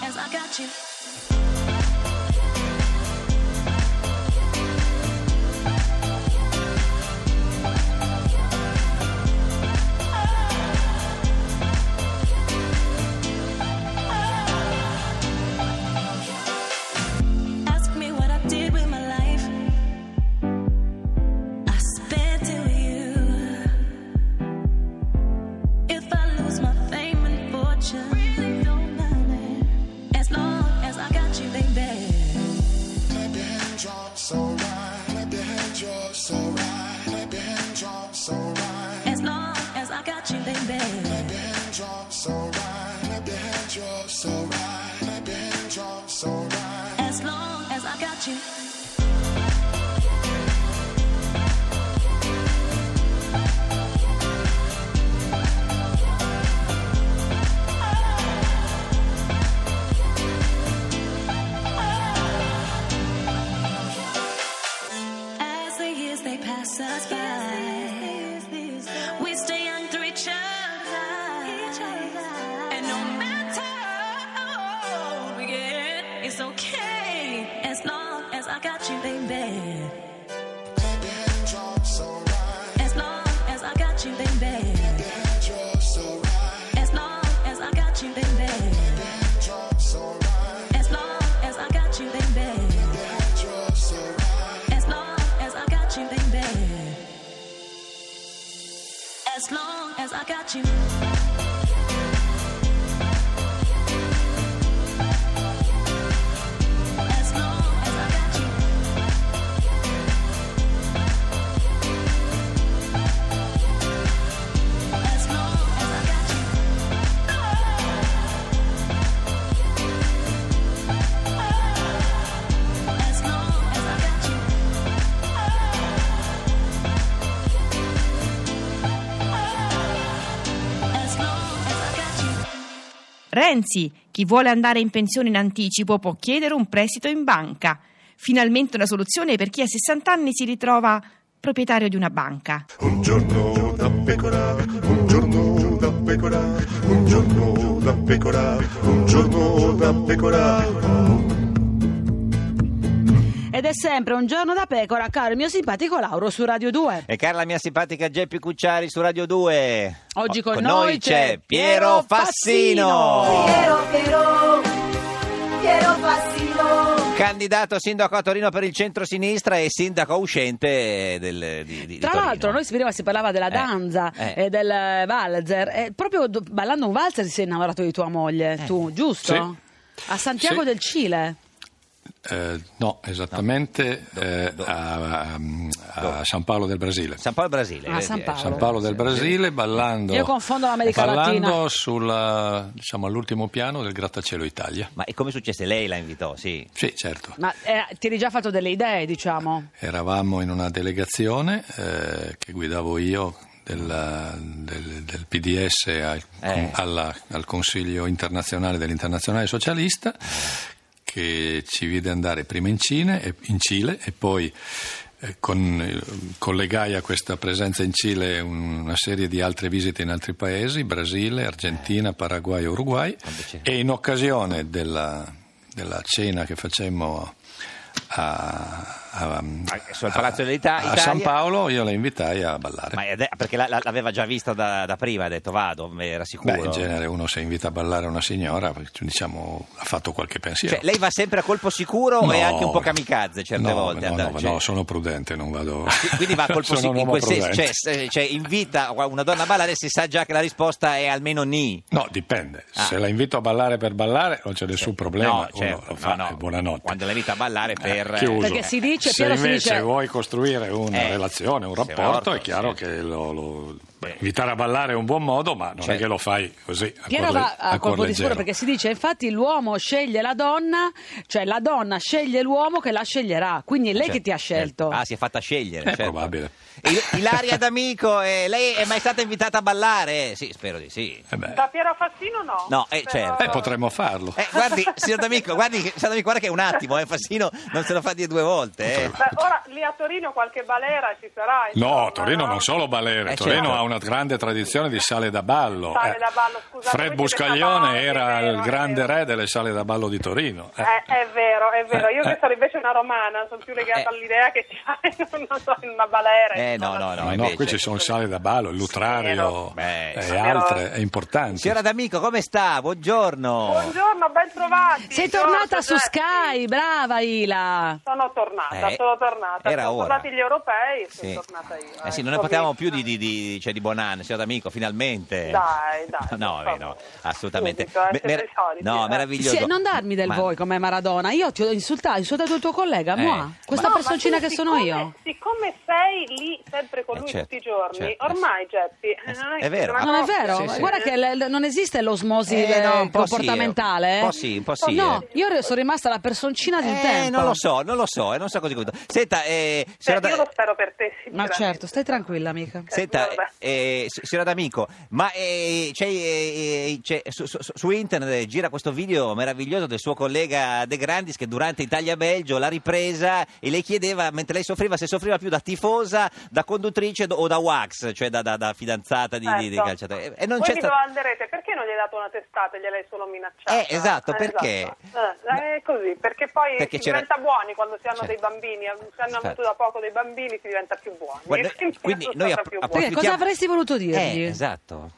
baci. Ask me what I did with my life. I spent it with you. If I lose my fame and fortune, really don't matter. As long as I got you, baby. Clap your hands, y'all. It's alright. Clap your hands, y'all. It's alright. Clap your hands, y'all. It's alright. As long as I got you, baby. Clap your hands, y'all. It's alright. Clap your hands, y'all. It's alright. Clap your hands, y'all. It's alright. As long as I got you. As the years they pass us by, we stay young to each other. And no matter how old we get, it's okay as long as I got you, baby. Clap your hands, y'all. It's alright. As long as I got you, baby. Clap your hands, y'all. It's alright. As long as I got you, baby. Clap your hands, y'all. It's alright. As long as I got you, baby. Clap your hands, y'all. It's alright. As long as I got you, baby. As long as I got you. As long as I got you. As long as I got you. As long as I got you. As long as I got you. Renzi, chi vuole andare in pensione in anticipo può chiedere un prestito in banca. Finalmente una soluzione per chi a 60 anni si ritrova proprietario di una banca. Un giorno da pecora, un giorno da pecora, un giorno da pecora, un giorno da pecora. Ed è sempre un giorno da pecora, caro il mio simpatico Lauro su Radio 2. E cara la mia simpatica Geppi Cucciari su Radio 2. Oggi O- con noi c'è Piero Fassino. Piero, Piero, Piero Fassino. Candidato sindaco a Torino per il centro-sinistra e sindaco uscente del, di, di- di Tra Torino. l'altro, noi si- prima si parlava della Eh, danza eh. e del valzer. E proprio do- ballando un valzer si sei innamorato di tua moglie, Eh, tu, giusto? A Santiago Sì. del Cile. Eh, no, esattamente eh, a, a- a San Paolo del Brasile. San Paolo Brasile. Ah, San vedi, eh, Paolo. San Paolo del Brasile ballando, Io confondo l'America ballando Latina. sulla, diciamo, all'ultimo piano del grattacielo Italia. Ma è come successe? Lei la invitò, sì. Sì, certo. Ma eh, ti eri già fatto delle idee, diciamo. Eravamo in una delegazione eh, che guidavo io della- del, del PDS al, Eh. alla- al Consiglio internazionale dell'Internazionale Socialista che ci vide andare prima in, Cine, e- in Cile e poi eh, con- eh, collegai a questa presenza in Cile un- una serie di altre visite in altri paesi, Brasile, Argentina, Paraguay e Uruguay Quando c'era. e in occasione della, della cena che facemmo a, a- sul Palazzo dell'Ita- a Italia. San Paolo io la invitai a ballare. Ma è ade- perché la- la- l'aveva già vista da, da prima, ha detto vado, me era sicuro. Beh, in genere uno se invita a ballare una signora, diciamo, ha fatto qualche pensiero. Cioè, lei va sempre a colpo sicuro No. e anche un po' kamikaze certe No, volte. No, andare- no, cioè- no, sono prudente, non vado. Qui- Quindi va a colpo Sono un sicuro in uomo quel senso, prudente. cioè, se- cioè, invita una donna a ballare si sa già che la risposta è almeno ni. No, dipende. Ah. Se la invito a ballare per ballare non c'è nessun problema. No, Uno certo, lo fa no, no. e buonanotte. Eh, Quando la invita a ballare per- chiuso. Perché si dice, Se Piero, si invece dice- vuoi costruire una Eh, relazione, un se rapporto, rapporto, è chiaro sì. che lo, lo- beh, Eh. invitare a ballare è un buon modo, ma non è Certo. che lo fai così. a Piero cuor le- va a cuor colpo di leggero. sicuro perché si dice infatti l'uomo sceglie la donna, cioè la donna sceglie l'uomo che la sceglierà, quindi è lei Cioè, che ti ha scelto. Ah, si è fatta scegliere. È certo. Eh, probabile. Il- Ilaria D'Amico, eh, lei è mai stata invitata a ballare? Sì, spero di sì. Eh beh, Da Piero Fassino no. No, eh, certo. eh, potremmo farlo. Eh, guardi, signor D'Amico, guardi, che- signor D'Amico, guarda che è un attimo, eh, Fassino non se lo fa dire due volte. eh. Beh, ora lì a Torino qualche balera ci sarà. No, insomma, Torino non solo Eh, balere, certo. Torino ha una grande tradizione di sale da ballo. Eh, Sale da ballo, scusate, Fred voi siete Buscaglione cavalli, era è vero, il è grande vero. re delle sale da ballo di Torino. eh. Eh, è vero, è vero. Io Eh, che sono invece una romana, sono più legata Eh. all'idea che sia in una, in una balera. Eh, no, insomma. no, no. Ma no, invece. qui ci sono il sale da ballo, il Vero. lutrario Beh, eh, e vero. altre, è importante. Signora D'Amico, come sta? Buongiorno. Buongiorno, ben trovati. Sei Giorgio, tornata su Giuseppe. Sky, brava Ila. Sono tornata, Eh, sono tornata. era sono ora. tornati gli europei e Sì. sono tornata io. Eh sì, eh. non ne Sono parliamo mista. più di, di, di, cioè di Bonan, signor D'Amico, finalmente. Dai, dai, No, per vabbè, no, favore. assolutamente. Subito, eh, Me- siete i soliti, no, eh. meraviglioso. Sì, non darmi del Ma- voi come Maradona. Io ti ho insultato, insultato il tuo collega, Eh, moi. Questa No, ma personcina tu, che sono siccome- io. Siccome sei lì sempre con Eh, lui certo, tutti i giorni, certo, ormai Geppi, eh, Eh, non è vero. una Cioè, Ah, Non è coppia. vero, sì, sì. guarda che l- l- non esiste l'osmosi Eh, no, eh, un po' sì, comportamentale. eh. eh, un po' sì, un po' sì, No, eh. io re- sono rimasta la personcina del Eh, tempo. non lo so, non lo so, eh, non so così come... Senta, eh, Cioè, signora io Da- lo spero per te, Ma sinceramente. certo, stai tranquilla, amica. Senta, Vabbè. eh, eh, si- signora D'Amico, ma eh, c'è, eh, c'è- su, su- su internet gira questo video meraviglioso del suo collega De Grandis che durante Italia-Belgio l'ha ripresa e le chiedeva, mentre lei soffriva, se soffriva più da tifosa, da conduttrice o da wax, cioè da, da- da fidanzata di, di, di Certo. calciatore. E non certo Voi c'è vi sta- domanderete perché non gli hai dato una testata e gliel'hai solo minacciata? Eh, esatto, perché? esatto. Eh, è così, perché poi Perché si c'era- diventa buoni quando si hanno Certo. dei bambini, eh, se hanno Certo. avuto da poco dei bambini si diventa più buoni. Guarda, Quindi quindi sono noi stata app- più app- buona. Perché cosa approfittiamo- avresti voluto dirgli? Eh, esatto.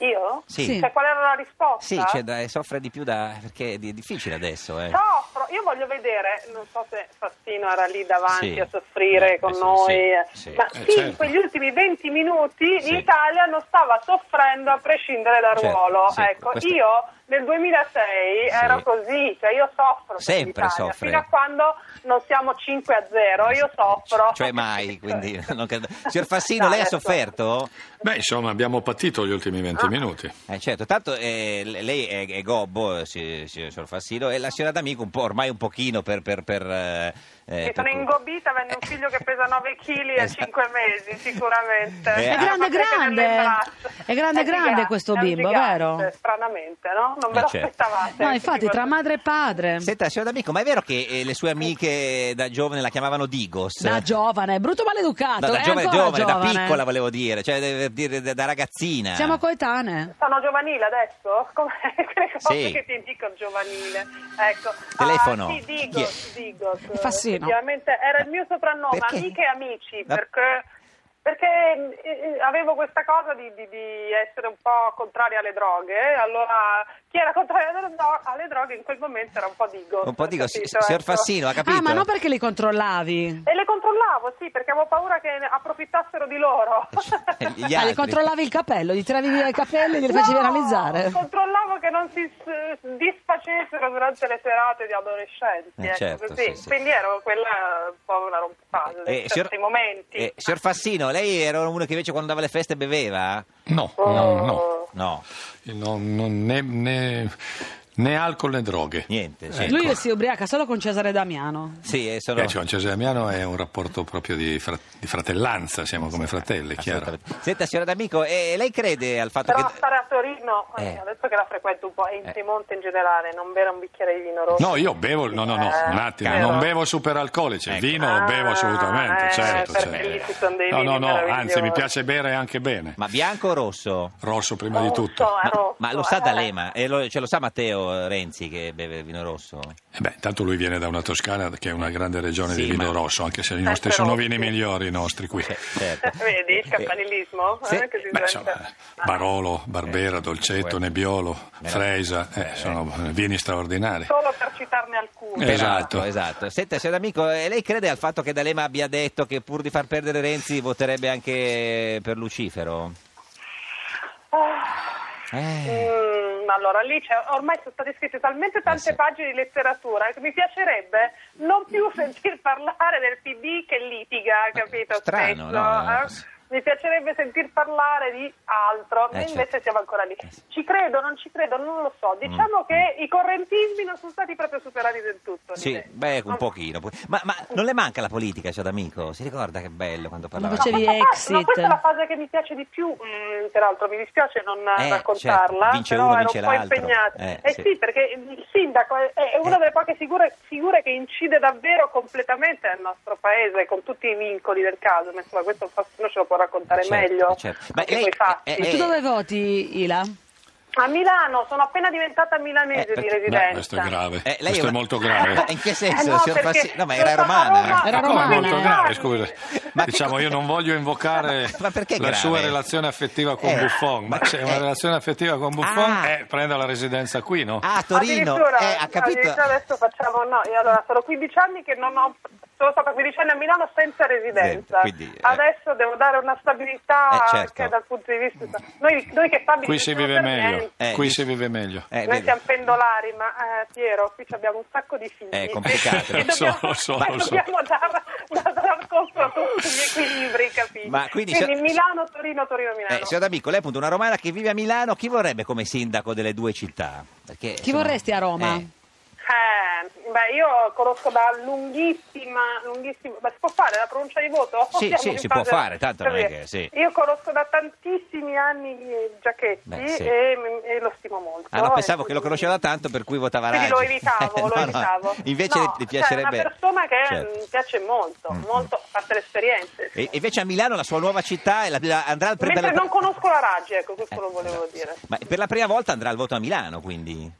Io? Sì. Sì. Cioè, qual era la risposta? Sì, c'è da- soffre di più da... perché è di- difficile adesso, eh. Soffro, io voglio vedere, non so se Fassino era lì davanti Sì. a soffrire Eh, con eh, sì, noi, sì, sì. ma Eh, sì, certo. in quegli ultimi 20 minuti Sì. l'Italia non stava soffrendo a prescindere dal Certo, ruolo. sì, ecco, questo- io nel 2006 Sì. ero così, cioè io soffro per Sempre l'Italia, soffre. fino a quando non siamo 5 a 0, io soffro. Cioè mai, quindi... Non credo. Signor Fassino, No, lei ha adesso- sofferto? Beh, insomma, abbiamo patito gli ultimi 20 Ah. minuti. Eh, certo, tanto eh, l- lei è, è gobbo, eh, si- si- signor Fassino, e la signora D'Amico un po', ormai un pochino per... per, per eh, eh, Mi per sono cui- ingobita avendo un figlio che pesa 9 kg e Esatto. 5 mesi, sicuramente. Eh, È ah. grande, Non potrei grande. tenerlo in braccio. È grande, È grande gigante, questo è un bimbo, gigante, vero? Stranamente, no? Non ve Eh, lo certo. aspettavate. No, infatti, tra madre e padre. Senta, signora D'Amico, ma è vero che eh, le sue amiche da giovane la chiamavano Digos? Da giovane, brutto maleducato. No, da è giovane, ancora giovane, da giovane. piccola volevo dire, cioè eh, dire, da, da ragazzina. Siamo coetanee. Sono giovanile adesso? Com'è? Quelle cose Sì. che ti dico giovanile. Ecco. Telefono. Ah, sì, Digos, Digos. È Fassino. Effettivamente era il mio soprannome, Perché? amiche e amici, Ma- perché... Perché eh, eh, avevo questa cosa di, di- di essere un po' contraria alle droghe, eh, allora chi era contrario alle dro- alle droghe in quel momento era un po' Digos. Un po' dico, si- capito? signor Ecco. Fassino, ha capito? Ah, ma non perché li controllavi. E le controllavo, sì, perché avevo paura che ne approfittassero di loro. Eh, Gli Ah, altri. li controllavi il capello, gli tiravi via i capelli e li facevi No, analizzare. Controllavo che non si s- disfacessero durante le serate di adolescenti. Eh, ecco, certo, così. sì, sì. Quindi ero quella un po' una rompalle Eh, in signor- certi momenti. eh, signor Fassino, lei era uno che invece quando andava alle feste beveva? No, Oh. no, no. No, No, no, né, né- né alcol né droghe. niente. Sì, Lui si ubriaca solo con Cesare Damiano. sì eh, sono... Eh, cioè, con Cesare Damiano è un rapporto proprio di, fra- di fratellanza, siamo come fratelli, chiaro. Assolutamente. Senta, signora D'Amico, eh, lei crede al fatto Però che... stare a Torino, Eh. eh, adesso che la frequento un po', e in Eh. Piemonte in generale, non bere un bicchiere di vino rosso. No, io bevo, no, no, no, Eh, un attimo, vero. non bevo superalcolici, Ecco. vino lo bevo Ah, assolutamente, eh, certo. perché certo. lì ci sono dei no, no, vini no, anzi meravigliosi. mi piace bere anche bene. Ma bianco o rosso? Rosso prima di Rosso, tutto. eh, rosso, Ma lo sa eh. D'Alema, e lo, ce lo sa Matteo eh, Renzi che beve vino rosso? Eh beh, intanto lui viene da una Toscana che è una grande regione Sì, di ma- vino rosso, anche se i Eh, nostri però- sono vini migliori i nostri qui. Cioè, certo. Vedi il campanilismo? Sì. che si Beh, sente? insomma, eh, Barolo, Eh, Barbera, Dolcetto, Nebbiolo, Freisa, eh, sono vini straordinari. Solo per citarne alcuni. Eh, Esatto, Esatto. esatto. Senta, signor D'Amico, eh, lei crede al fatto che D'Alema abbia detto che pur di far perdere Renzi voterebbe anche per Lucifero? Eh, Ah, Ah, Mm, allora lì c'è- ormai sono state scritte talmente tante sì. Mm. pagine di letteratura che mi piacerebbe non più sentir parlare del PD che litiga, capito? strano, spesso, no? eh? Mi piacerebbe sentir parlare di altro, noi certo. Mm, invece siamo ancora lì. Ci credo, non ci credo, non lo so. Diciamo che i correntismi non sono stati proprio superati del tutto. sì, direi. beh, un Non- pochino. Ma, ma non le manca la politica, signor D'Amico? Si ricorda che bello quando parlava? facevi- Ma questa- Exit. ma questa è la fase che mi piace di più, mm, peraltro mi dispiace non Eh, raccontarla, certo, vince però uno, ero vince un po' l'altro. impegnata. Eh, Eh, sì. Eh. sì. perché il sindaco è, è una delle poche figure, figure che incide davvero completamente nel nostro paese, con tutti i vincoli del caso, ma insomma questo non ce lo può raccontare Certo, meglio certo. Ma anche lei- quei fatti. eh, E tu dove voti, Ila? A Milano, sono appena diventata milanese Eh, di perché- beh, residenza. questo è grave, Eh, lei questo è, una- molto grave. In che Eh senso, no, signor perché Fassi- No, ma io era stavo a romana. Roma- Era Ma come romana, molto eh. grave, scusa. Ma che diciamo, cosa- io non voglio invocare Ma perché la grave? sua relazione affettiva con Eh, Buffon, ma ma- se è una eh. relazione affettiva con Buffon, Ah. eh, prenda la residenza qui, no? Ah, a Torino, Addirittura, eh, ha capito? addirittura adesso facciamo no, io allora sono 15 anni che non ho sono stata 15 anni a Milano senza Niente, residenza. quindi, eh. Adesso devo dare una stabilità Eh, certo. anche dal punto di vista noi, noi che stabilità Qui si vive meglio, Eh, qui dici- si vive meglio. Eh, Noi vedi. siamo pendolari, ma eh, Piero, qui ci abbiamo un sacco di figli. Eh, È complicato. E Lo so, dobbiamo, lo so, ma lo so. dobbiamo dare, dare conto a tutti gli equilibri, capito? Ma quindi- Milano, Torino, Torino, Milano. Eh, signor D'Amico, lei è appunto una romana che vive a Milano, chi vorrebbe come sindaco delle due città? Perché, Chi vorresti a Roma? eh, Eh, beh, io conosco da lunghissima, lunghissima. Ma si può fare la pronuncia di voto? Sì, Siamo sì, in si può fase- fare, tanto non è capire? che- sì. Io conosco da tantissimi anni eh, Giacchetti Beh, sì. e, e lo stimo molto. Ah, no, e pensavo che lo quindi- conosceva da tanto, per cui votava Quindi lo Raggi. evitavo, Eh, lo no, no, evitavo. Invece No, le- le Cioè, piacerebbe... è una persona che Certo. mm, piace molto, molto, a parte le esperienze. E e invece a Milano, la sua nuova città, e la- la- andrà al pre- Mentre per la- non conosco la Raggi, ecco, questo Eh, lo volevo esatto. dire. Ma per la prima volta andrà al voto a Milano, quindi.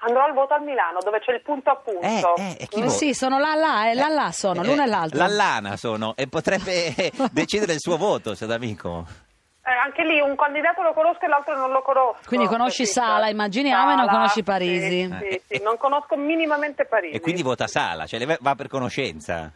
Andrò al voto a Milano, dove c'è il punto a punto. Eh, eh, e chi Eh vota? sì, sono là, là, eh, là, là sono, l'una Eh, e l'altra. L'allana sono, e potrebbe eh, decidere il suo voto, se d'amico. Eh, anche lì un candidato lo conosco e l'altro non lo conosco. Quindi conosci Capito? Sala, immaginiamo, e non Sala, conosci Parisi. Sì, sì, sì, non conosco minimamente Parisi. E quindi vota Sala, cioè le- va per conoscenza.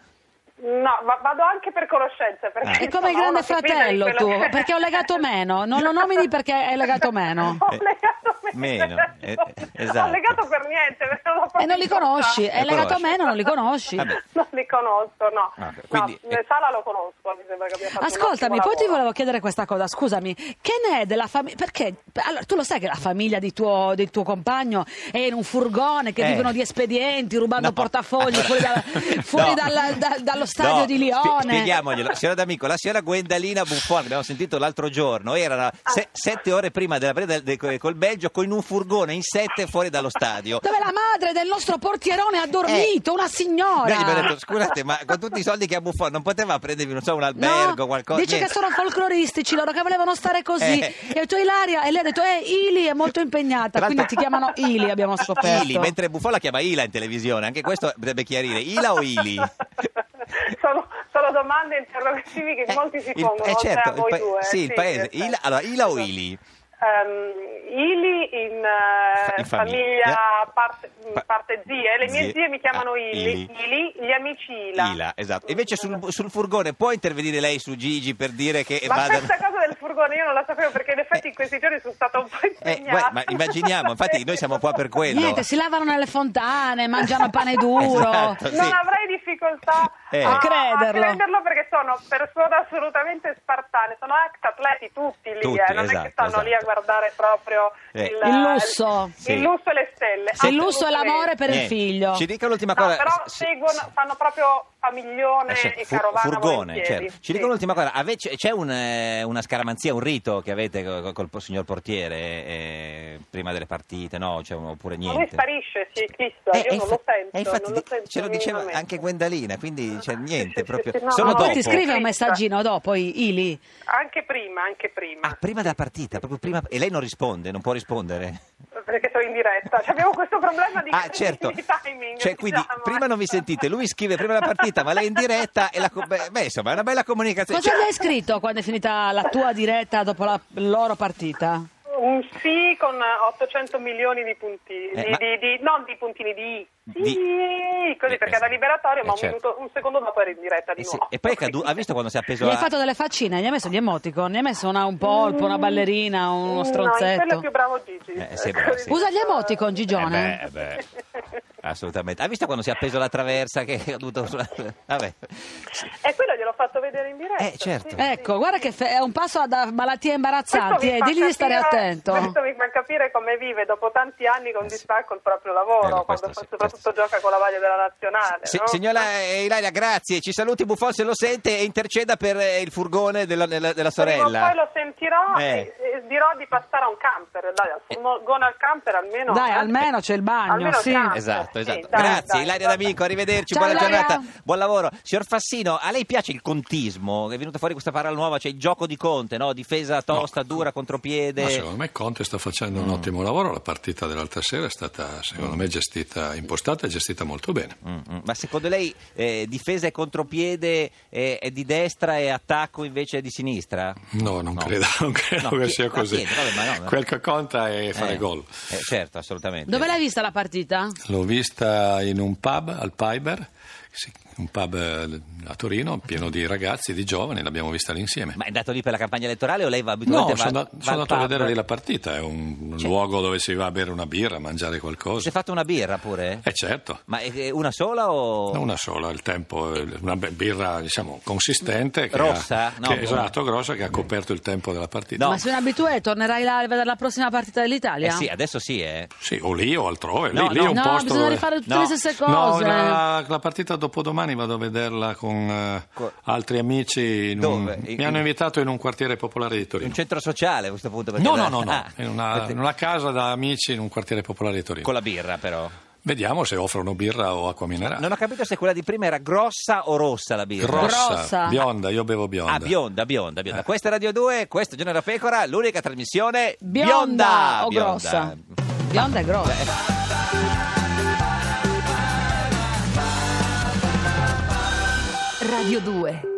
No, va- vado anche per conoscenza. Perché, Ah. Eh. È come il insomma, grande uno si fida di fratello tu, quello che- perché ho legato meno. Non lo nomini perché hai legato meno. Ho Eh, legato meno. meno, eh, eh, esatto. Ho legato per niente. perché l'ho E non li proprio conosci, incontrato. hai legato Eh, conosci. meno, non li conosci. Vabbè. Non li conosco, no. Ah, quindi- No, eh, Sala lo conosco, mi sembra che abbia fatto un Ascoltami, ottimo poi ti lavoro. volevo chiedere questa cosa, scusami, che ne è della famiglia? Perché allora, tu lo sai che la famiglia di tuo, del tuo compagno è in un furgone che Eh. vivono di espedienti, rubando No. portafogli fuori, dalla- fuori No. dalla- da- dallo stadio No, di spie- Lione. spieghamoglielo. Signora D'Amico, la signora Gwendalina Buffon, che abbiamo sentito l'altro giorno, era Ah. se- sette ore prima della partita del- del- col Belgio con un furgone in sette fuori dallo stadio. Eh. dove la madre del nostro portierone ha dormito, una signora. Noi gli abbiamo detto, scusate, ma con tutti i soldi che ha Buffon non poteva prendervi, non so, un albergo, no, qualcosa? dice Niente. che sono folcloristici loro che volevano stare così Eh. e ho detto Ilaria e lei ha detto eh Ili è molto impegnata Tra quindi l'altro- ti chiamano Ili abbiamo Certo. scoperto Ili, mentre Buffon la chiama Ila in televisione, anche questo dovrebbe chiarire, Ila o Ili? sono, sono domande interrogativi che Eh, molti si il- pongono, eh, oltre certo, a il voi pa- due. sì, il paese. certo. Ila- allora, Ila o Esatto. Ili? Ehm, Ili in, eh, Fa- in famiglia. Eh. famiglia, parte, mm, Pa- parte zie, le mie Zie. zie mi chiamano Ah, Ili. Ili. Ili, gli amici Ila. Mm. Ila, esatto. Invece sul, sul furgone può intervenire lei su Gigi per dire che Ma vada... questa cosa del furgone io non la sapevo perché in effetti in questi giorni sono stata un po' Eh, impegnata. guai- ma immaginiamo, infatti noi siamo qua per quello. niente si lavano nelle fontane mangiano pane duro Esatto. Sì. Non avrei difficoltà Eh. a, A crederlo. a crederlo perché sono persone assolutamente spartane, sono ex atleti tutti lì, Tutti, eh, non è esatto, che stanno lì a esatto. guardare proprio Eh. il, Il lusso. il Sì. lusso e le stelle. Se il lusso è l'amore per il Niente. figlio Ci dica l'ultima No, cosa. però s- seguono, fanno proprio famiglione eh, sì, e fu- carovana furgone, volentieri. certo. Ci dica Sì. l'ultima cosa, ave- c'è c'è un, eh, una scaramanzia, un rito che avete co- co- col, signor portiere eh, prima delle partite, no? Cioè, oppure Ma niente? lui sparisce, si eclissa, Eh, e io non infa- lo sento, e infatti non lo di- sento ce lo diceva minimamente. anche Gwendalina, quindi c'è sì, niente sì, proprio. sì, no, Solo ma poi dopo. ti scrive un Sì. messaggino dopo I- Ili Anche prima, anche prima. Ah, prima della partita, proprio prima. E lei non risponde, non può rispondere. Perché sono in diretta, Cioè, abbiamo questo problema di, ah, certo. di timing. Cioè, quindi diciamo. prima non vi sentite, lui scrive prima la partita, ma lei è in diretta. E la co- beh, beh, insomma, è una bella comunicazione. cosa Cioè- gli hai scritto quando è finita la tua diretta dopo la loro partita Un sì con 800 milioni di puntini, Eh, di- ma- di- di- non di puntini, di sì, Di- così Eh, perché era eh, liberatorio, eh, ma un, certo. minuto- un secondo dopo era in diretta di Eh sì, nuovo. E poi è cadu- ha visto quando si è appeso gli hai la- fatto delle faccine gli hai messo gli emoticon gli hai messo una- un polpo una ballerina uno Mm, No, in quello è stronzetto più bravo Gigi. Eh, sembra, sì. usa gli emoticon Eh Gigione beh, eh beh, assolutamente. Ha visto quando si è appeso la traversa che è caduta sulla... Vabbè. E Eh, quello gliel'ho fatto vedere in diretta. Eh, certo. sì, Ecco, sì. guarda che fe- è un passo da malattie Questo imbarazzanti, mi eh, fa digli di stare capire- attento. Questo mi fa capire come vive dopo tanti anni con Eh sì. distacco il proprio Eh, lavoro, no, questo quando sì, soprattutto questo sì. gioca con la maglia della nazionale. Sì, no? signora eh, Ilaria, grazie. Ci saluti Buffon se lo sente e interceda per eh, il furgone della, della- della Prima o sorella. Poi lo sentirò Eh. e, e dirò di passare a un camper, dai, al furgone al camper almeno. Dai, eh. almeno c'è il bagno, Almeno il sì. campo. Esatto, Sì, esatto. dai, Grazie dai, Ilaria dai. D'Amico, arrivederci, Ciao, buona Ilaria. giornata, buon lavoro. Signor Fassino, a lei piace il contismo, è venuta fuori questa parola nuova, cioè il gioco di Conte, no? difesa tosta, dura, Ma contropiede. secondo me Conte sta facendo Mm. un ottimo lavoro, la partita dell'altra sera è stata secondo me gestita, impostata e gestita molto bene. Mm, mm. Ma secondo lei eh, difesa e contropiede eh, è di destra e attacco invece è di sinistra? No, non No. credo, non credo No, che chi- sia no, così. chiedo, vabbè, ma no, ma- Quel che conta è fare Eh, gol. eh, certo, assolutamente. Dove l'hai vista la partita? L'ho vista in un pub al Piber, sì, un pub eh, a Torino pieno di ragazzi, di giovani, l'abbiamo vista lì insieme. Ma è andato lì per la campagna elettorale o lei va No, abitualmente sono, va- andato- va sono al andato a pub? vedere lì la partita, è un luogo dove si va a bere una birra, a mangiare Si è qualcosa. fatto una birra pure? Eh certo. Ma è- è una sola o... No, Una sola, il tempo, eh, una be- birra diciamo consistente, che Rossa? ha- No, che- buona. esatto, grossa, che ha coperto il tempo della partita. No. Ma sei un abitué, tornerai là a vedere la prossima partita Eh dell'Italia? sì, adesso sì, eh. Sì, o lì o altrove, lì, No, lì no. è un No, posto bisogna dove- rifare tutte No. le stesse No, cose. la, la partita dopodomani vado a vederla con eh, Co- altri amici. in un- Dove? In- mi hanno invitato in un quartiere popolare di Un Torino. centro sociale a questo punto. perché- No, no, no, no. Ah, in, una, in una casa da amici in un quartiere popolare di Torino. Con la birra però. Vediamo se offrono birra o acqua minerale. Non ho capito se quella di prima era grossa o rossa la birra. Ah. Grossa, Grossa. bionda, io bevo bionda. Ah, bionda, bionda, bionda. Questa è Radio 2, questo è Giorno da Pecora, l'unica trasmissione Bionda, bionda. Eh. o grossa? Bionda e grossa. Radio 2